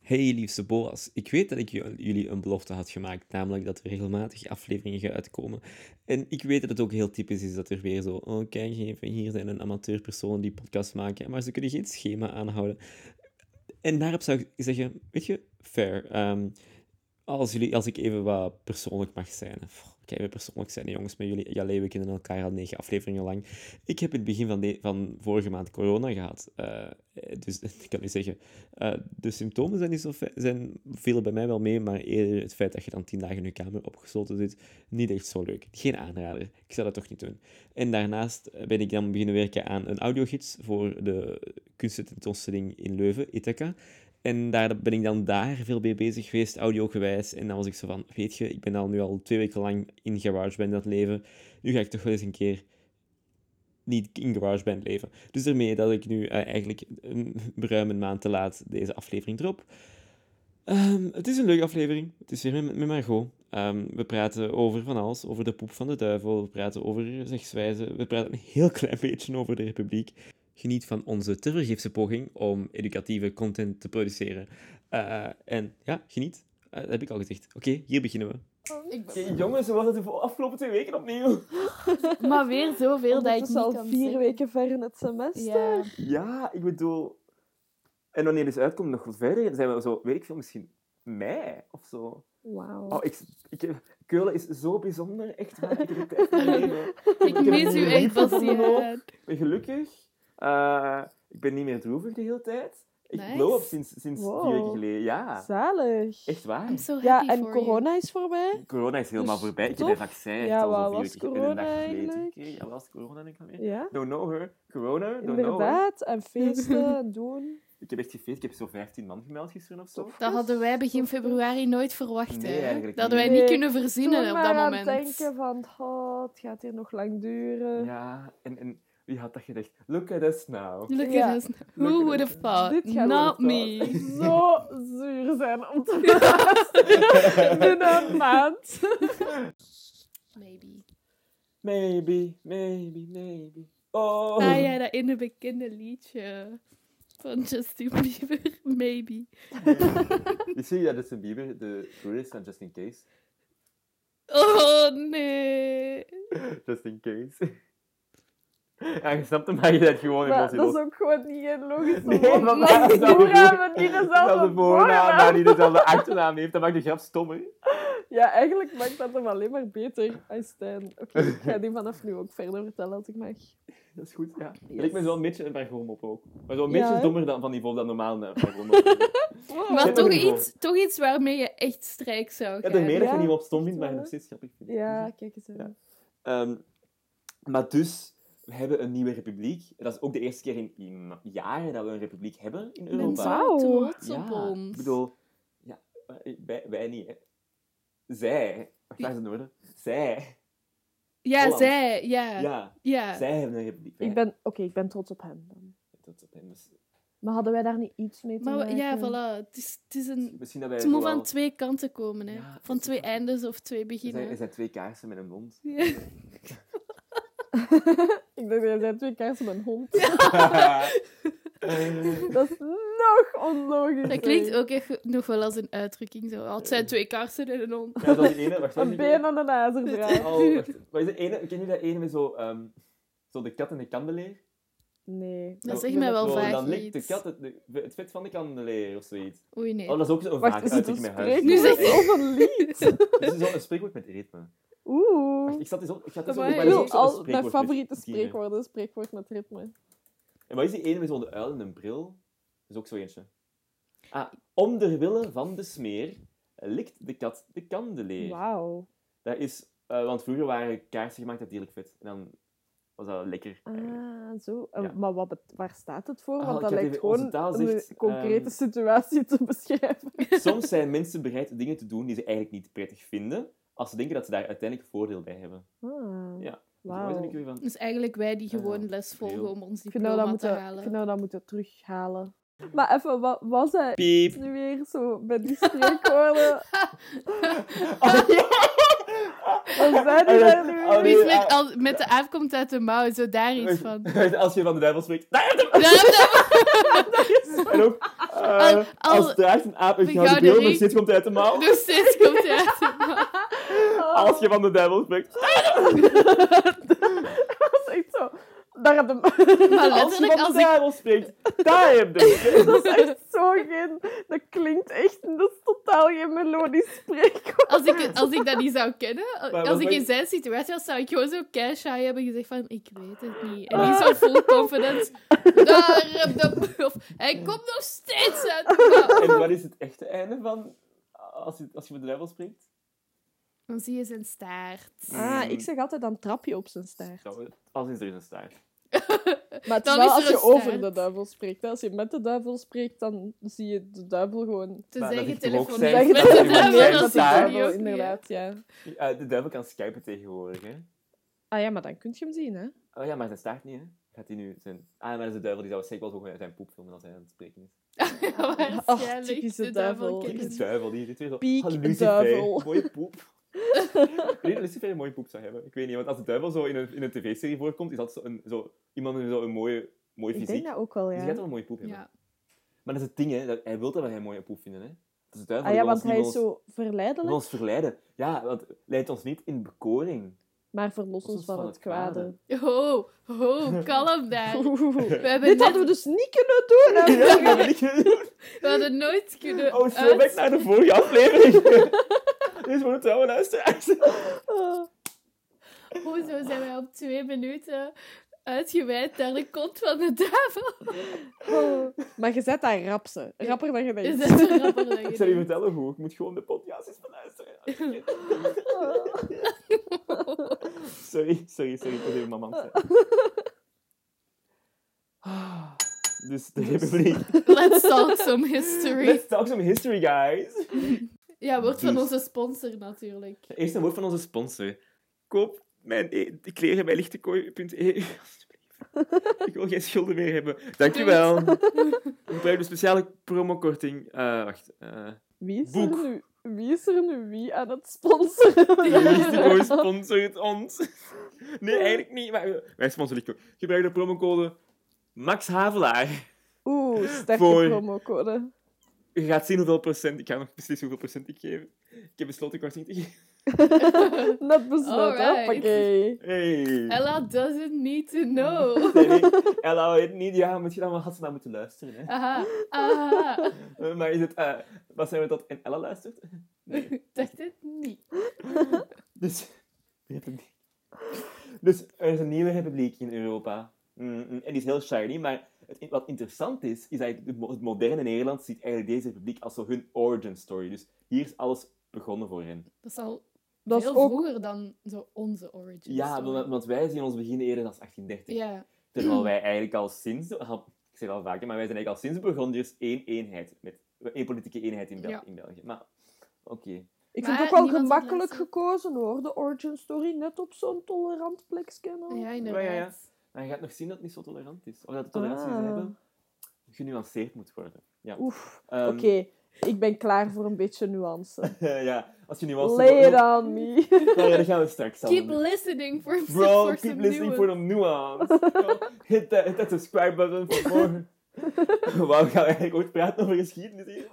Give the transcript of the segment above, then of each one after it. Hey liefste Boas, ik weet dat ik ju- jullie een belofte had gemaakt, namelijk dat er regelmatig afleveringen gaan uitkomen. En ik weet dat het ook heel typisch is dat er weer zo, oh kijk even, hier zijn een amateurpersoon die podcast maken, maar ze kunnen geen schema aanhouden. En daarop zou ik zeggen, weet je, fair. Ehm, als, jullie, als ik even wat persoonlijk mag zijn. Pff, Ik kan even persoonlijk zijn, hè, jongens, met jullie. Ja, we kennen elkaar al negen afleveringen lang. Ik heb in het begin van, de, van vorige maand corona gehad. Eh, dus ik kan u zeggen, eh, de symptomen zijn niet zo fe- zijn, vielen bij mij wel mee, maar eerder het feit dat je dan tien dagen in je kamer opgesloten zit, niet echt zo leuk. Geen aanrader. Ik zou dat toch niet doen. En daarnaast ben ik dan beginnen werken aan een audiogids voor de kunstententoonstelling in Leuven, Ithaca. En daar ben ik dan daar veel mee bezig geweest, audiogewijs. En dan was ik zo van, weet je, ik ben al nu al twee weken lang in GarageBand aan het leven. Nu ga ik toch wel eens een keer niet in GarageBand leven. Dus daarmee dat ik nu eh, eigenlijk een, ruim een maand te laat deze aflevering drop. Ehm, het is een leuke aflevering. Het is weer met, met Margot. Ehm, we praten over van alles. Over de poep van de duivel. We praten over zegswijze. We praten een heel klein beetje over de republiek. Geniet van onze tevergeefse poging om educatieve content te produceren. Eh, en ja, geniet. Eh, dat heb ik al gezegd. Oké, hier beginnen we. Ik ben- Jongens, hoe was het de afgelopen twee weken opnieuw? Maar weer zoveel dat ik Het niet is al kan vier zeggen. weken ver in het semester. Ja. Ja, ik bedoel... En wanneer dit uitkomt, nog wat verder, zijn we zo, weet ik veel, misschien mei of zo. Wauw. Oh, ik, ik, Keulen is zo bijzonder, echt waar. Ik heb het echt geleden. Ik heb mis het u niet echt, van genoeg. Bastien. Ik ben gelukkig. Eh, ik ben niet meer droevig de hele tijd. Ik Nice. blow up sinds, sinds Wow. vier weken geleden. Ja, Zalig. echt waar. I'm so happy Ja, en for corona is voorbij. Corona is helemaal Dus voorbij. Ik heb toch? een vaccin. echt Ja, al zo wat vier was weken- ik ben een dag corona vergeten. eigenlijk? Oké, ja, wat was corona denk ik alweer? Ja, Don't know her. Corona, don't know her. inderdaad. En feesten en doen. Ik heb echt gefeest. Ik heb zo 15 man gemeld gisteren of zo. Tof. you. Dat hadden wij begin februari nooit verwacht. Nee, hè. eigenlijk dat hadden wij niet. niet Nee. kunnen Toen verzinnen op maar dat aan moment. het denken van, oh, het gaat hier nog lang duren. Ja, en, en wie had dat gedacht? Look at us now. Look at Ja. us. Who would have thought? Dit gaat Oh, Not worden me. Zo zuur zijn om te luisteren. Doe nou een maand. Maybe. Maybe, maybe, maybe. Oh. Ah ja, dat ene bekende liedje van Justin Bieber. Maybe. Je ziet dat Justin Bieber de broer is van Just In Case. Oh nee. Oh, Just In Case. Ja, je snapt hem, maar je bent gewoon Maar emotie dat is los. ook gewoon niet een logische Nee, woord. want Maar dat is die dan weer- hebben niet Dat Nou, dezelfde de voornaam, maar voornaam. niet dezelfde achternaam heeft. Dat maakt de grap stommer. Ja, eigenlijk maakt dat hem alleen maar beter. I stand. Oké, ik ga die vanaf nu ook verder vertellen als ik mag. Dat is goed, ja. Yes. Yes. Lijkt me zo'n beetje een vergoom op ook. Maar zo'n Ja, beetje hè? dommer dan, van niveau dan normaal een vergoom op. Maar heb toch een gevoel. iets, toch iets waarmee je echt strijk zou Ja, gaan. daarmee dat je Ja, niet op stom vindt, maar je wel, nog steeds grappig vindt. Ja, kijk eens aan. Ja. Ehm, maar dus, we hebben een nieuwe republiek. Dat is ook de eerste keer in, in jaren dat we een republiek hebben in Ik ben Europa. zo Wauw. trots op ja, Ik ons. bedoel, ja, eh, wij, wij niet, hè. Zij, wacht, waar is het noorden? Zij, ja, Holland. zij. Ja. ja. ja, zij hebben een republiek. Ik ben, oké, ik ben trots op hem dan. Dat- dat- dus Maar hadden wij daar niet iets mee te Maar we- maken? ja, voilà. Het, is, het, is een, Misschien dat wij het moet gewoon- Mm. van twee kanten komen. Hè. Ja, van twee eindes of twee Er zijn, er beginnen. zijn twee kaarsen met een mond. Ja. Ik dacht, jij zei twee kaarsen met een hond. Eh, Dat is nog onlogisch. Dat klinkt ook echt nog wel als een uitdrukking. Zo. Ah, Het Eh, zijn twee kaarsen en een hond. ja, dat is de ene. Wacht, Een wacht, been aan een ijzerdraad. Oh, wacht. Wat is de ene? Ken je dat ene met zo, ehm, zo de kat en de kandeleer? Nee. Dat Zo- zegt mij wel zo, vaak Dan likt de iets. kat het, het vet van de kandeleer of zoiets. Oei, nee. Oh, dat is ook zo'n Wacht, vaak is het een uitdrukking met huis. spreekwoord Nu zeg je- of een lied? Dit is zo'n spreekwoord met ritme. Wacht, Oeh. ik zat eens op... Ik had eens op Amai. Ik maar dat is wil ook zo'n al spreekwoord mijn met favoriete dieren. spreekwoorden, spreekwoord met ritme. En wat is die ene met zo'n uil en een bril? Dat is ook zo eentje. Ah, om de willen van de smeer likt de kat de kandeleer. Wauw. Dat is... eh, want vroeger waren kaarsen gemaakt uit dierlijk vet. En dan was dat lekker. eigenlijk. Ah, zo. Eh, Ja. Maar wat bet- waar staat het voor? Ah, Want ik dat had lijkt even- onze gewoon taal een zegt, concrete ehm, situatie te beschrijven. Soms zijn mensen bereid dingen te doen die ze eigenlijk niet prettig vinden, als ze denken dat ze daar uiteindelijk voordeel bij hebben. Ah, Ja. dus Waar Wauw. ben ik weer van? Dus eigenlijk wij die gewoon Ja, les heel. volgen om ons Ik vind nou diploma dat te moeten, ik halen. vind nou dat moeten terughalen. Maar even, wat was hij Piep. nu weer zo bij die spreekwoorden? Oh, ja. We zijn En niet dat- daar nu. oh, Wie nee, spreekt ah, al, met de aap komt uit de mouw, zo daar iets van. Als je van de duivel spreekt. Daar heeft hem! Daar hebben En ook, eh, Al- al- als draagt een aap een de gouden gouden bril, nog ring. steeds komt hij uit de mouw. we nog steeds komt hij uit de mouw. Als je van de duivel spreekt. Dat is echt zo. Daar heb Maar Als je letterlijk, van als de ik... duivel spreekt. Daar heb je hem. Dat is echt zo geen... Dat klinkt echt... Dat is totaal geen melodisch spreekwoord. Als ik, als ik dat niet zou kennen, wat als ik maakt- in zijn situatie was, zou ik gewoon zo keishy hebben gezegd van, ik weet het niet. En Ah. die zo full confidence, daar heb de... Of, hij komt nog steeds uit de mouw. En wat is het echte einde van als je, als je met de duivel spreekt? Dan zie je zijn staart. Ah, ik zeg altijd dan trapje op zijn staart. Als in er is een staart. Maar het is Dan wel is er als een je over staart. de duivel spreekt. hè. Als je met de duivel spreekt, dan zie je de duivel gewoon... Te Maar dat zeggen ik er ook telefoon zei, met dat ik de er ook duivel, zei, dat dat zie daar- je duivel, ook niet, hè. inderdaad, ja. Eh, de duivel kan skypen tegenwoordig, hè? Ah ja, maar dan kun je hem zien, hè. Oh ja, maar zijn staart niet, hè? Gaat hij nu zijn... Ah, maar dat is de duivel die zou zeker wel gewoon uit zijn poep filmen als hij aan het spreken is. Ja, waarschijnlijk. typische de duivel. duivel. Kijk, kent een het. duivel, die zit weer zo... Piek Ah, Lucifer, duivel. mooie poep. ik weet dat Lucifer een mooie poep zou hebben. Ik weet niet, want als de duivel zo in een, in een tv-serie voorkomt, is dat zo een, zo, iemand met zo'n mooie, mooie Ik fysiek. denk dat ook wel, Dus die gaat ja. wel een mooie poep hebben. Ja. Maar dat is het ding, hè. Dat, hij wil dat wij een mooie poep vinden, hè. Dat is de duivel Ah ja, die wil want ons- hij die is wil ons- zo wil verleidelijk, ons verleiden. Ja, want leidt ons niet in bekoring. maar verlos Los ons van het kwade. Ho, ho, kalm daar. Oeh. We hebben, Dit net, hadden we dus niet kunnen doen, hè. Ja, dat ben ik. we hadden nooit kunnen Oh, throwback naar de vorige aflevering. Dit is voor de trouwe luisteraars. Ah. Hoezo zijn wij op twee minuten uitgeweid naar de kont van de duivel? Oh. Maar je zet daar rapsen. Rapper dan je Is denkt. dat zo grappig? dat je Ik zal je denkt? vertellen hoe. Ik moet gewoon de podcast eens beluisteren. Sorry, sorry, sorry. Ik was even mama aan het zijn. Ah, Dus de Republiek. Let's talk some history. Let's talk some history, guys. Ja, wordt van Dus. onze sponsor natuurlijk. Eerst een woord van onze sponsor. Koop mijn e- de kleren bij lichtekooi.eu. Alsjeblieft. Ik wil geen schulden meer hebben. Dankjewel. Gebruik de speciale promokorting. Eh wacht. eh Wie is, Boek. er nu, wie is er nu wie aan het sponsoren? Ja. Lichtenkooi sponsort ons. Nee, eigenlijk niet. Maar wij sponsoren Lichtenkooi. Gebruik de promocode Max Havelaar. Oeh, sterke Voor- promocode. Je gaat zien hoeveel procent. Ik ga nog beslissen hoeveel procent ik geef. Ik heb besloten korting te geven. Net besloten, Alright. hoppakee. Hey. Ella doesn't need to know. Ella. Ella weet niet. Ja, misschien allemaal had ze naar moeten luisteren. Hè. Aha, aha. Eh, Maar is het... eh wat zijn we dat en Ella luistert? Ik dacht het niet. Dus... Republiek. Dus er is een nieuwe republiek in Europa. Mm, mm, En die is heel shiny, maar het, wat interessant is, is dat het mo- het moderne Nederland ziet eigenlijk deze republiek als zo hun origin story. Dus hier is alles begonnen voor hen. Dat is al Dat is veel ook... vroeger dan zo onze origin Ja, story. want, want wij zien ons begin eerder als 1830. Ja, Terwijl wij eigenlijk al sinds, ik zeg al vaker, maar wij zijn eigenlijk al sinds Burgondiërs één eenheid, met één politieke eenheid in, Bel- Ja. in België. Maar, oké. Ik Maar vind het ook wel niemand wil gemakkelijk luisteren. gekozen hoor, de origin story. Net op zo'n tolerant plekje. ja nou. Ja, ja, ja. inderdaad. Maar je gaat nog zien dat het niet zo tolerant is. Of dat de tolerantie die Ah. ze hebben genuanceerd moet worden. Ja. Oef, Ehm, oké. Ik ben klaar voor een beetje nuance. ja, als je nuance Lay it wil- on me. Nou ja, dan gaan we straks aan Keep doen. listening for, Bro, for keep some listening new for the nuance. Yo, hit, that, hit that subscribe button voor morgen. Wauw, gaan we eigenlijk ooit praten over geschiedenis hier?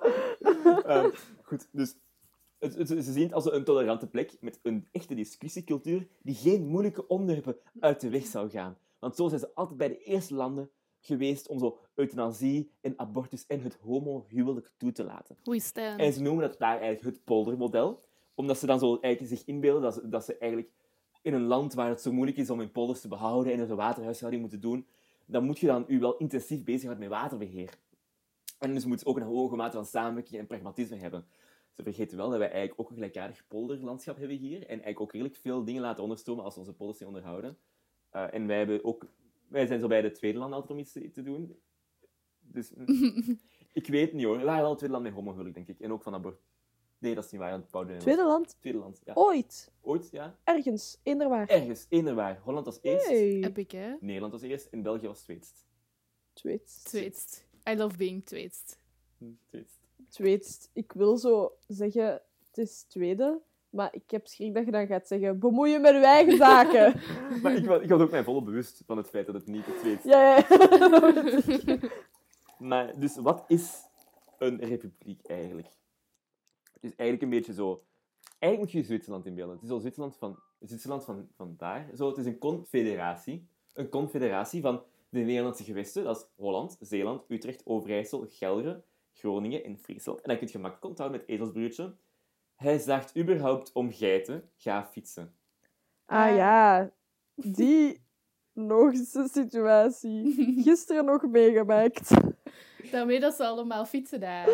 Ehm, goed, dus het, het- ze zien het als een tolerante plek met een echte discussiecultuur die geen moeilijke onderwerpen uit de weg zou gaan. Want zo zijn ze altijd bij de eerste landen geweest om zo euthanasie en abortus en het homohuwelijk toe te laten. We stand. En ze noemen dat daar eigenlijk het poldermodel. Omdat ze dan zo eigenlijk zich inbeelden dat ze, dat ze eigenlijk in een land waar het zo moeilijk is om hun polders te behouden en er zo waterhuishouding moeten doen, dan moet je dan u wel intensief bezighouden met waterbeheer. En dus moet je ook een hoge mate van samenwerking en pragmatisme hebben. Ze vergeten wel dat wij eigenlijk ook een gelijkaardig polderlandschap hebben hier en eigenlijk ook redelijk veel dingen laten onderstromen als we onze polders niet onderhouden. Eh, en wij, hebben ook, wij zijn zo bij de tweede land altijd om iets te, te doen. Dus ik weet niet hoor. We waren wel het tweede land met homohuwelijk, denk ik. En ook van abortus. Nee, dat is niet waar. want Boudewijn was- Tweede Oh. land, tweede land, ja. ooit. Ooit, ja. Ergens, inderwaar. Ergens, inderwaar. Holland was eerst. Hey. Epic, hè? Nederland was eerst en België was tweetst. Tweet. Tweetst. I love being tweetst. Hm, tweetst. Tweetst. Ik wil zo zeggen, het is tweede, Maar ik heb schrik dat je dan gaat zeggen, bemoei je met uw eigen zaken. Maar ik, wa- ik was ook mij volle bewust van het feit dat het niet het Zweeds ja, ja. Maar, dus wat is een republiek eigenlijk? Het is eigenlijk een beetje zo... Eigenlijk moet je je Zwitserland inbeelden. Het is al Zwitserland van, Zwitserland van, van daar. Zo, het is een confederatie. Een confederatie van de Nederlandse gewesten. Dat is Holland, Zeeland, Utrecht, Overijssel, Gelre, Groningen en Friesland. En dan kun je gemakkelijk onthouden met ezelsbruurtje. Hij zaagt überhaupt om geiten. Ga fietsen. Ah ja, die logische situatie. Gisteren nog meegemaakt. Daarmee dat ze allemaal fietsen daar.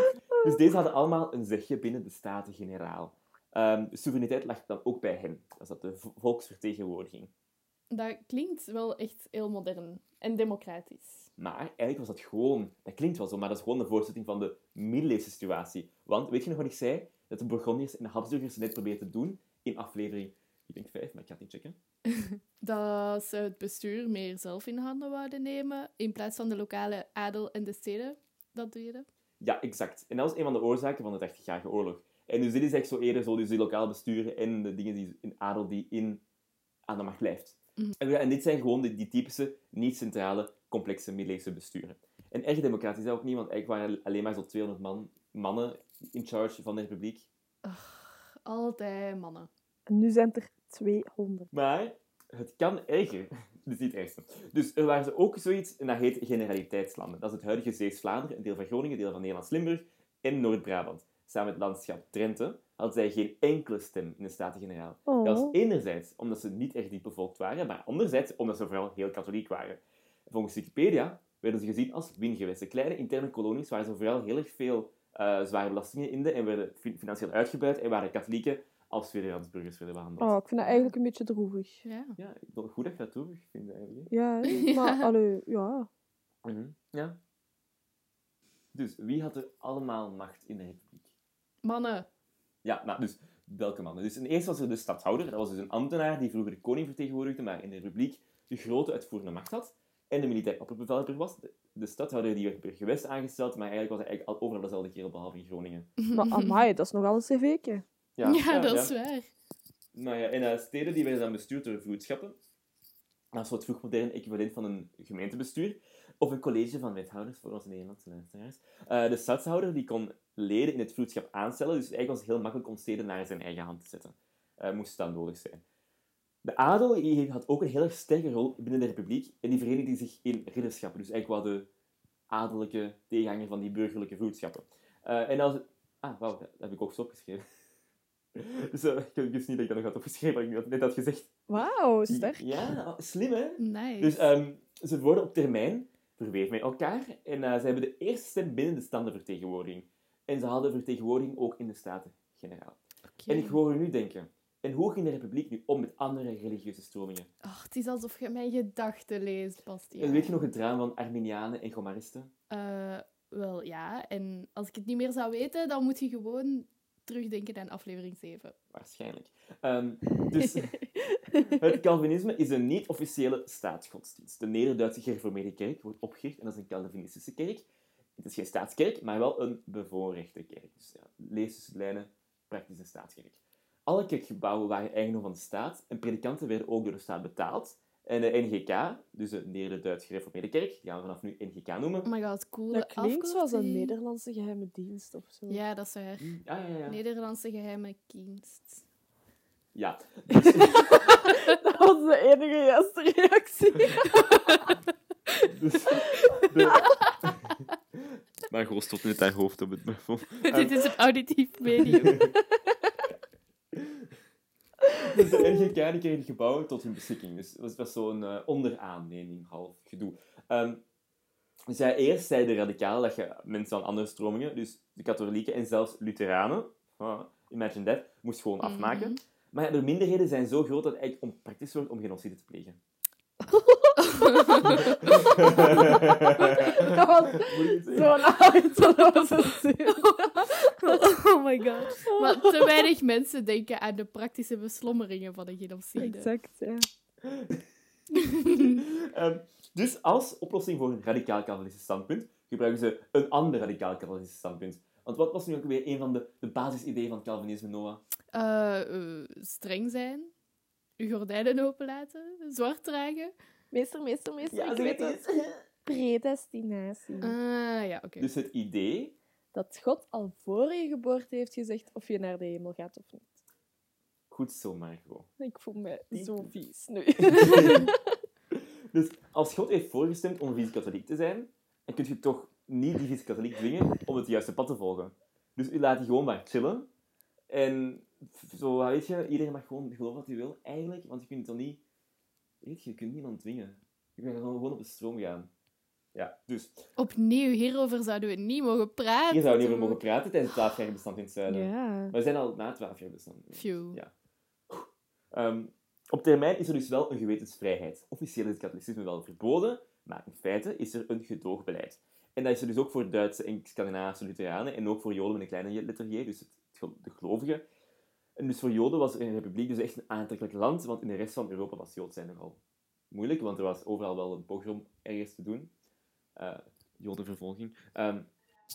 Dus deze hadden allemaal een zegje binnen de Staten-Generaal. Ehm, soevereiniteit lag dan ook bij hen. Dat is dat de v- volksvertegenwoordiging. Dat klinkt wel echt heel modern en democratisch. Maar eigenlijk was dat gewoon, dat klinkt wel zo, maar dat is gewoon de voortzetting van de middeleeuwse situatie. Want weet je nog wat ik zei? Dat de Bourgondiërs en de Habsburgers net probeerden te doen in aflevering, ik denk vijf, maar ik ga het niet checken. Dat ze het bestuur meer zelf in handen wouden nemen, in plaats van de lokale adel en de steden dat deden. Ja, exact. En dat was een van de oorzaken van de 30-jarige oorlog. En dus dit is echt zo eerder zo, dus die lokaal besturen en de dingen die in adel die in aan de macht blijft. Mhm. En, ja, en dit zijn gewoon die, die typische, niet-centrale, complexe middeleeuwse besturen. En erg democratisch is dat ook niet, want eigenlijk waren er alleen maar zo'n 200 man, mannen in charge van de republiek. Ach, altijd mannen. En nu zijn het er 200. Maar het kan erger. Dit is niet het ergste. Dus er waren ze ook zoiets, en dat heet generaliteitslanden. Dat is het huidige Zeeuws-Vlaanderen, een deel van Groningen, een deel van Nederlands-Limburg en Noord-Brabant. Samen met het landschap Drenthe hadden zij geen enkele stem in de Staten-Generaal. Dat was Oh. enerzijds omdat ze niet echt diep bevolkt waren, maar anderzijds omdat ze vooral heel katholiek waren. Volgens Wikipedia werden ze gezien als wingewesten. Kleine interne kolonies waar ze vooral heel erg veel eh, zware belastingen inden en werden fin- financieel uitgebuit en waren katholieken als tweedehands burgers werden behandeld. Oh, ik vind dat eigenlijk een beetje droevig. Ja. Ja, ik wil goed dat je dat droevig vindt eigenlijk. Ja, Ja. maar allee, ja. Ja. Dus wie had er allemaal macht in de republiek? Mannen. Ja, maar dus welke mannen? Dus in eerste was er de stadhouder. Dat was dus een ambtenaar die vroeger de koning vertegenwoordigde, maar in de republiek de grote uitvoerende macht had. En de militair opperbevelhebber was. De, de stadhouder die werd per gewest aangesteld, maar eigenlijk was hij eigenlijk al overal dezelfde kerel, behalve in Groningen. Maar amai, dat is nogal een cv'tje. Ja, dat is waar. Nou ja, en eh, steden die werden dan bestuurd door vroedschappen. Dat is zo het vroegmoderne equivalent van een gemeentebestuur. Of een college van wethouders, voor onze Nederlandse luisteraars. Eh, de stadshouder die kon leden in het vroedschap aanstellen. Dus eigenlijk was het heel makkelijk om steden naar zijn eigen hand te zetten. Eh, moest dat nodig zijn. De adel die had ook een heel erg sterke rol binnen de republiek. En die vereenigde zich in ridderschappen. Dus eigenlijk wel de adellijke tegenhanger van die burgerlijke vroedschappen. Eh, en als... Ah, wauw, dat heb ik ook zo opgeschreven. Dus eh, ik wist niet dat ik dat nog had opgeschreven, maar ik had net had gezegd. Wauw, sterk. Ja, slim hè? Nice. Dus ehm, ze worden op termijn verweven met elkaar en eh, ze hebben de eerste stem binnen de standenvertegenwoordiging. En ze hadden vertegenwoordiging ook in de Staten-Generaal. Oké. En ik hoor u nu denken, en hoe ging de Republiek nu om met andere religieuze stromingen? Ach, het is alsof je mijn gedachten leest, Bastiaan. En weet je nog het drama van Arminianen en Gomaristen? Eh, wel ja, en als ik het niet meer zou weten, dan moet je gewoon terugdenken aan aflevering 7. Waarschijnlijk. Ehm, dus het Calvinisme is een niet-officiële staatsgodsdienst. De Neder-Duitse gereformeerde kerk wordt opgericht en dat is een Calvinistische kerk. Het is geen staatskerk, maar wel een bevoorrechte kerk. Dus ja, lees tussen de lijnen, praktisch een staatskerk. Alle kerkgebouwen waren eigendom van de staat en predikanten werden ook door de staat betaald. En de NGK, dus de Neder-Duitse gereformeerde kerk, die gaan we vanaf nu NGK noemen. Oh my god, cool. Dat klinkt zoals een Nederlandse geheime dienst of zo. Ja, dat is waar. Ah, ja, ja, ja. Nederlandse geheime dienst. ja. Dat was de enige juiste reactie. Dus, de... maar gewoon stond net haar hoofd op het microfoon. Dit is een auditief medium. Dus de NGK die kreeg die gebouwen tot hun beschikking. Dus dat was best zo'n eh, onderaanneming, half gedoe. Ehm, dus ja, eerst zeiden de radicalen dat je mensen van andere stromingen, dus de katholieken en zelfs lutheranen, ah, imagine that, moest gewoon afmaken. Maar ja, de minderheden zijn zo groot dat het eigenlijk onpraktisch wordt om genocide te plegen. Dat was Moet ik het zeggen? zo'n uitgeloze zin. Oh my god. Maar te weinig mensen denken aan de praktische beslommeringen van een genocide. Exact, ja. Ehm, dus als oplossing voor een radicaal Calvinistisch standpunt gebruiken ze een ander radicaal Calvinistisch standpunt. Want wat was nu ook weer een van de, de basisideeën van Calvinisme, Noah? eh, eh, streng zijn, je gordijnen openlaten, zwart dragen. Meester, meester, meester. Ja, ik zo weet heet het. Predestinatie. Ah, ja, oké. Dus het idee, Dat God al voor je geboorte heeft gezegd of je naar de hemel gaat of niet. goed zo, Margot. Ik voel me Die- zo vies nu. Dus als God heeft voorgestemd om vies katholiek te zijn, dan kun je toch niet die vies katholiek dwingen om het juiste pad te volgen. Dus u laat die gewoon maar chillen. En zo, weet je, iedereen mag gewoon geloven wat hij wil, eigenlijk. Want je kunt toch niet... Weet je, je kunt niemand dwingen. Je kunt gewoon gewoon op de stroom gaan. Ja, dus Opnieuw, hierover zouden we niet mogen praten. hier zouden we niet meer mogen praten tijdens het 12 jaar bestand in het zuiden. ja. Maar we zijn al na 12 jaar bestand. Phew. Ja. Ehm, op termijn is er dus wel een gewetensvrijheid. Officieel is het katholicisme wel verboden, maar in feite is er een gedoogbeleid. En dat is er dus ook voor Duitse en Scandinavische Lutheranen en ook voor Joden met een kleine liturgie, dus het, het gel- de gelovigen. En dus voor Joden was een republiek dus echt een aantrekkelijk land, want in de rest van Europa was Jood zijn nogal moeilijk, want er was overal wel een pogrom ergens te doen. Eh, Jodenvervolging. Ehm,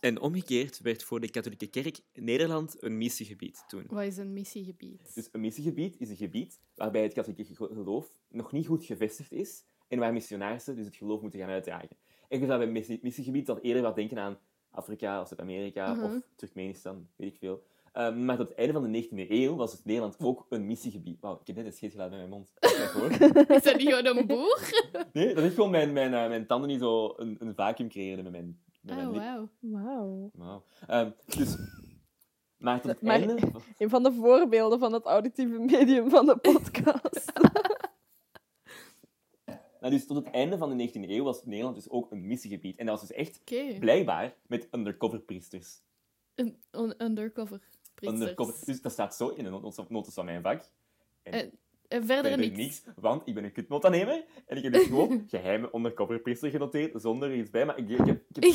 en omgekeerd werd voor de katholieke kerk Nederland een missiegebied toen. Wat is een missiegebied? Dus een missiegebied is een gebied waarbij het katholieke ge- geloof nog niet goed gevestigd is en waar missionarissen dus het geloof moeten gaan uitdragen. En je zou bij missie- missiegebied dan eerder wat denken aan Afrika of Zuid-Amerika Mhm. of Turkmenistan, weet ik veel. Eh, maar tot het einde van de 19e eeuw was het Nederland ook een missiegebied. Wauw, ik heb net een scheet gelaten met mijn mond. Kijk hoor. Is dat niet gewoon een boer? Nee, dat is gewoon mijn, mijn, eh, mijn tanden die zo een, een vacuüm creëerden met mijn, met mijn Oh, lip. wauw. Wauw. Wauw. Ehm, dus, maar tot het Maar- einde... Een van de voorbeelden van het auditieve medium van de podcast. Nou, dus tot het einde van de 19e eeuw was Nederland dus ook een missiegebied. En dat was dus echt Oké. blijkbaar met undercover priesters. Een een undercover priesters. Undercover, dus dat staat zo in de not- notas van mijn vak. En Ik verder weet niks. er niks, want ik ben een kutnotanemer. En ik heb dus gewoon geheime undercover priester genoteerd, zonder er iets bij. Maar ik, ik heb... Ik heb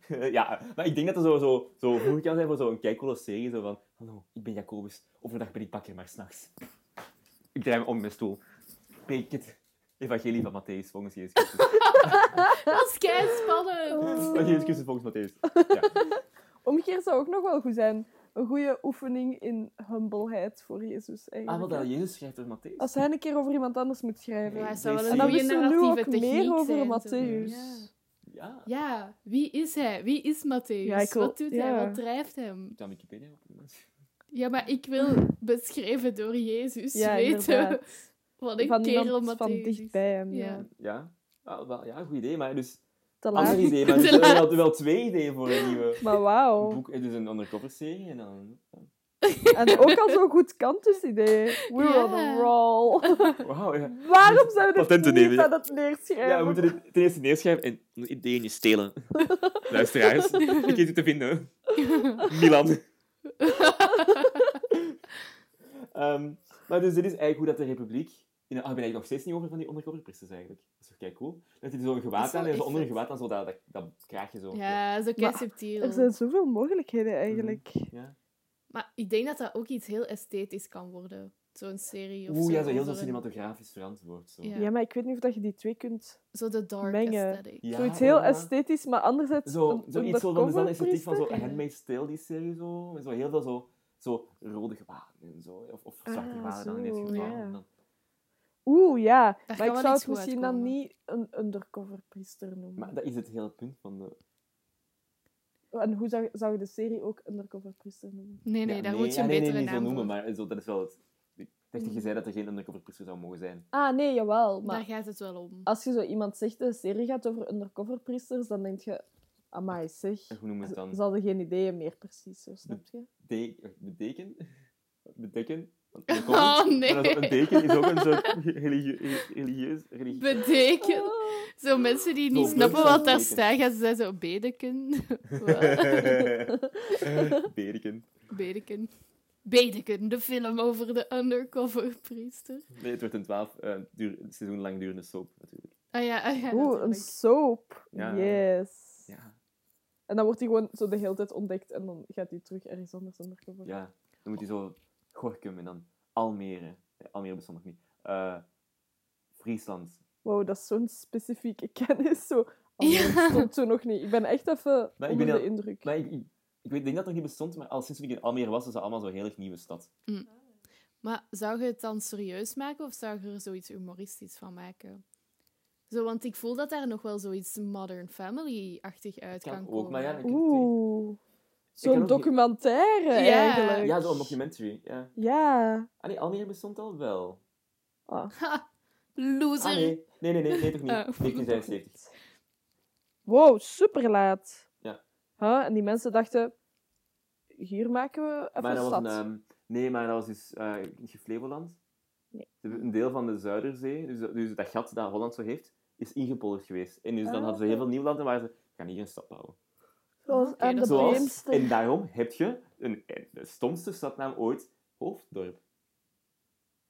geen- ja, maar ik denk dat er zo, zo, zo vroeg kan zijn voor zo'n kijkcoole serie. Zo van, hallo, ik ben Jacobus. Overdag ben ik bakker, maar s'nachts. Ik draai me om in mijn stoel. Preek het evangelie van Matthäus, volgens Jezus Christus. Dat is kei spannend. Volgens Jezus Christus, volgens Matthäus. Oh Omgekeerd zou ook nog wel goed zijn. Een goede oefening in humbleheid voor Jezus. Ah, Eigenlijk. wat dat Jezus schrijft door Matthäus. Als hij een keer over iemand anders moet schrijven. Maar het zou wel En een dan goede wisten we nu narratieve ook meer techniek over zijn, zo. Matthäus. Ja. Ja. Ja, wie is hij? Wie is Matthäus? Ja, ik wil- Wat doet hij? ja. Wat drijft hem? Ik dan Wikipedia op. Ja, maar ik wil beschreven door Jezus weten inderdaad. wat een van kerel Matthäus iemand van dichtbij hem. Ja. Ja. Ja. Ah, wel, ja, goed idee. Maar dus, Te laat. ander idee. Maar dus, Te we laat. Oh. hadden wel twee ideeën voor een nieuwe Maar wauw. boek. Het is een undercover serie. En dan... En ook al zo'n goed kantusidee. We're Ja. on a roll. Wauw, ja. Waarom zijn we dit Patenten nemen, niet ja. aan het ja. We neerschrijven? moeten dit ten eerste neerschrijven en een idee niet stelen. Luisteraars, ik weet het te vinden. Milan. Ehm, maar dus dit is eigenlijk hoe dat de republiek... In, ah, ik ben eigenlijk nog steeds niet over van die undercover priesters eigenlijk. Dat is toch kijk cool. Dat die zo'n Dat gewaad is wel aan en zo echt onder een vet. gewaad aan, zo dat, dat, dat kraagje zo. Ja, zo kei Maar subtiel. er zijn zoveel mogelijkheden eigenlijk. Ja. Maar ik denk dat dat ook iets heel esthetisch kan worden. Zo'n serie of zo. Oeh, ja, zo heel zo'n- veel cinematografisch verantwoord. Zo. Ja. Ja, maar ik weet niet of dat je die twee kunt. Zo de dark mengen. aesthetic. Ja, Zoiets heel ja. esthetisch, maar anderzijds. Zo, een zo iets zo van dezelfde undercover esthetiek van zo priester? Handmaid's Tale, die serie zo. En zo heel veel zo, zo rode gewaden en zo. Of, of zwarte Ah, gewaden dan in dit zo, geval. ja. En dan- Oeh, ja. kan maar ik wel zou iets het goed misschien dan uitkomen. niet een undercover priester noemen. Maar dat is het hele punt van de... En hoe zou, zou je de serie ook undercover priester noemen? Nee, nee, Ja, daar moet je een Mhm. ja, nee, nee, betere niet zo naam noemen, voor. maar zo, dat is wel het... Ik dacht dat je zei dat er geen undercover priester zou mogen zijn. Ah, nee, jawel. Maar Daar gaat het wel om. als je zo iemand zegt, de serie gaat over undercover priesters, dan denk je, amai zeg. En hoe noemen we het Ze dan? hadden geen ideeën meer precies, zo snap je? De- Bedeken? Bedekken? Oh, nee. Maar dat is ook- Een deken is ook een soort religie- religieus... religieus Oh. Betekent... Zo mensen die niet Zo, snappen mensen wat daar weten. staat, gaan ze zeggen zo bedeken. Wat? Bedeken. bedeken. Bedeken, de film over de undercover priester. Nee, het wordt een 12 eh, duur, seizoen lang durende soap, natuurlijk. Ah ja, ah ja Oeh, een natuurlijk. soap. Ja. Yes. Ja. En dan wordt hij gewoon zo de hele tijd ontdekt en dan gaat hij terug ergens anders undercover. ja. Dan moet je zo Gorkum en dan Almere. Nee, Almere bestond nog niet. Eh, Friesland. Wow, dat is zo'n specifieke kennis. Zo. Oh, Ja. Dat stond toen nog niet. Ik ben echt even Maar ik onder ben de heel- indruk. Maar ik, ik, Ik weet, denk dat dat nog niet bestond, maar al sinds ik in Almere was, is dat allemaal zo'n heel erg nieuwe stad. Maar zou je het dan serieus maken of zou je er zoiets humoristisch van maken? Zo, want ik voel dat daar nog wel zoiets Modern Family-achtig uit Kan kan, ook, komen. maar ja, ik- Oeh. kan Zo'n ook niet- documentaire Ja. eigenlijk. Ja, zo'n documentary. Ja. Ja. Ah nee, Almere bestond al wel. Ah, Loser! Ah nee, nee, nee, nee, nee toch niet. Oh. 1975. Wow, super laat. Ja. En die mensen dachten, hier maken we even Maar een dat was stad. een, ehm, nee, maar dat was dus eh in Flevoland. Nee. Ze hebben Een deel van de Zuiderzee, dus, dat- dus dat gat dat Holland zo heeft, is ingepolderd geweest. En dus dan Ah, hadden ze heel veel nieuw land en waren ze, we gaan hier een stad bouwen. Zoals Oké, aan de dat Zoals- vreemdste. En daarom heb je een, een- de stomste stadnaam ooit, Hoofddorp.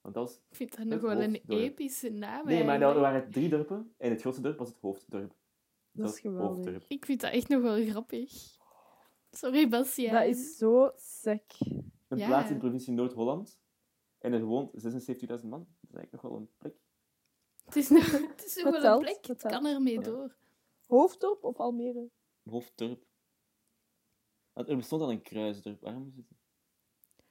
Want dat Oh, was... Ik vind dat Het nog wel een hoofddorp. epische naam. Nee, maar nou, eigenlijk. er waren drie dorpen en het grootste dorp was het Hoofddorp. Dat is was geweldig. Hoofddorp. Ik vind dat echt nog wel grappig. Sorry, Bastiaan. Dat is zo sec. Een Ja. plaats in de provincie Noord-Holland. En er woont 76.000 man. Dat is eigenlijk nog wel een plek. Het is nog, het is nog Dat wel een telt, plek. dat Het telt. kan ermee Ja. door. Hoofddorp of Almere? Hoofddorp. Want er bestond al een kruisdorp. Waarom is het...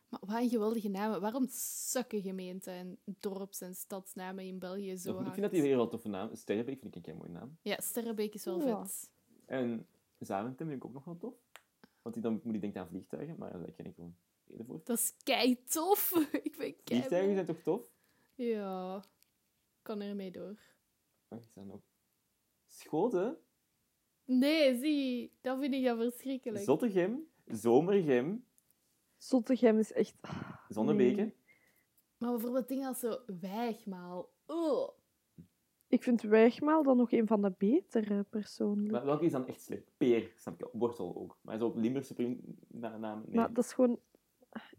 Maar wat een geweldige namen. Waarom sukken gemeenten en dorps- en stadsnamen in België zo ik hard? vind dat die weer wel een toffe naam. Sterrenbeek vind ik een mooie naam. Ja, Sterrebeek is wel Ja. vet. En Zaventem vind ik ook nog wel tof. Want die, dan moet ik denken aan vliegtuigen, maar daar ken ik gewoon reden voor. Dat is kei tof. ik ben Vliegtuigen kei. zijn toch tof? Ja, kan ermee door. Wacht, is dat nog? Schoten, Nee, zie, dat vind ik dan verschrikkelijk. Zottegem, Zomergem, Zottegem is echt... Zonnebeke. Nee. Maar bijvoorbeeld dingen als zo wijgmaal. Oh. Ik vind Wijgmaal dan nog een van de betere, persoonlijk. Maar welke is dan echt slecht? Peer, snap je? Wortel ook. Maar zo op Limburgse prim- na- naam. Nee. Maar dat is gewoon...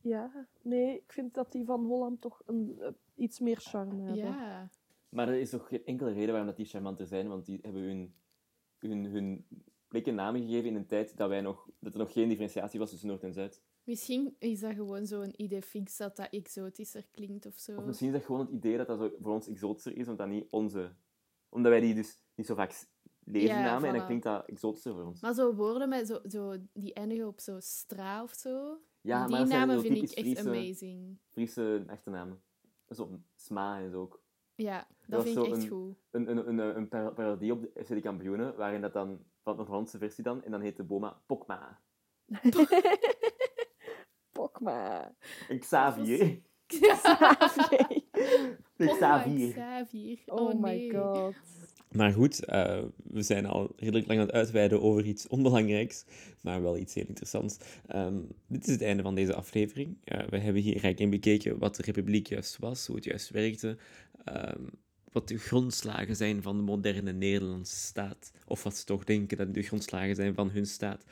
Ja, nee, ik vind dat die van Holland toch een, eh, iets meer charme hebben. Ja. Maar er is toch geen enkele reden waarom dat die charmanter zijn, want die hebben hun, hun, hun plekken namen gegeven in een tijd dat, wij nog, dat er nog geen differentiatie was tussen Noord en Zuid. Misschien is dat gewoon zo'n idee fix dat dat exotischer klinkt of zo. Of misschien is dat gewoon het idee dat dat zo voor ons exotischer is, omdat dat niet onze... Omdat wij die dus niet zo vaak s- lezen Ja, namen, en dan voilà. klinkt dat exotischer voor ons. Maar zo woorden met zo, zo, die eindigen op zo stra of zo. Ja, die maar dat zijn namen zo vind ik typisch echt Friese- amazing. Friese achternamen. Zo sma en zo ook. Ja, was dat, vind ik zo echt een- goed. Een, een, een, een par- parodie op de FC de Kampioenen, waarin dat dan... Van een Hollandse versie dan, en dan heet de boma Pokma. Pokma. En Xavier. En Pogba en Xavier. Xavier. Oh, Oh, my nee. god. Maar goed, eh, we zijn al redelijk lang aan het uitweiden over iets onbelangrijks, maar wel iets heel interessants. Ehm, dit is het einde van deze aflevering. Eh, we hebben hier rijk in bekeken wat de republiek juist was, hoe het juist werkte, ehm, wat de grondslagen zijn van de moderne Nederlandse staat, of wat ze toch denken dat de grondslagen zijn van hun staat.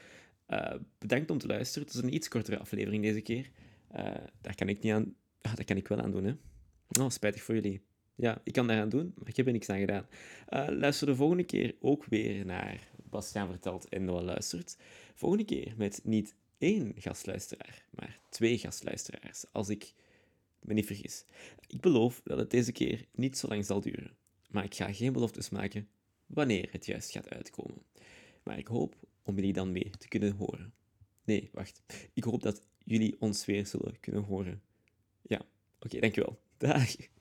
Eh, bedankt om te luisteren. Het is een iets kortere aflevering deze keer. Eh, daar kan ik niet aan... Ah, daar kan ik wel aan doen, hè. Oh, spijtig voor jullie. Ja, ik kan daaraan doen, maar ik heb er niks aan gedaan. Eh, luister de volgende keer ook weer naar Bastiaan Vertelt en Noah Luistert. Volgende keer met niet één gastluisteraar, maar twee gastluisteraars, als ik me niet vergis. Ik beloof dat het deze keer niet zo lang zal duren, maar ik ga geen beloftes maken wanneer het juist gaat uitkomen. Maar ik hoop om jullie dan weer te kunnen horen. Nee, wacht. Ik hoop dat jullie ons weer zullen kunnen horen. Ja, oké, dankjewel. Dag.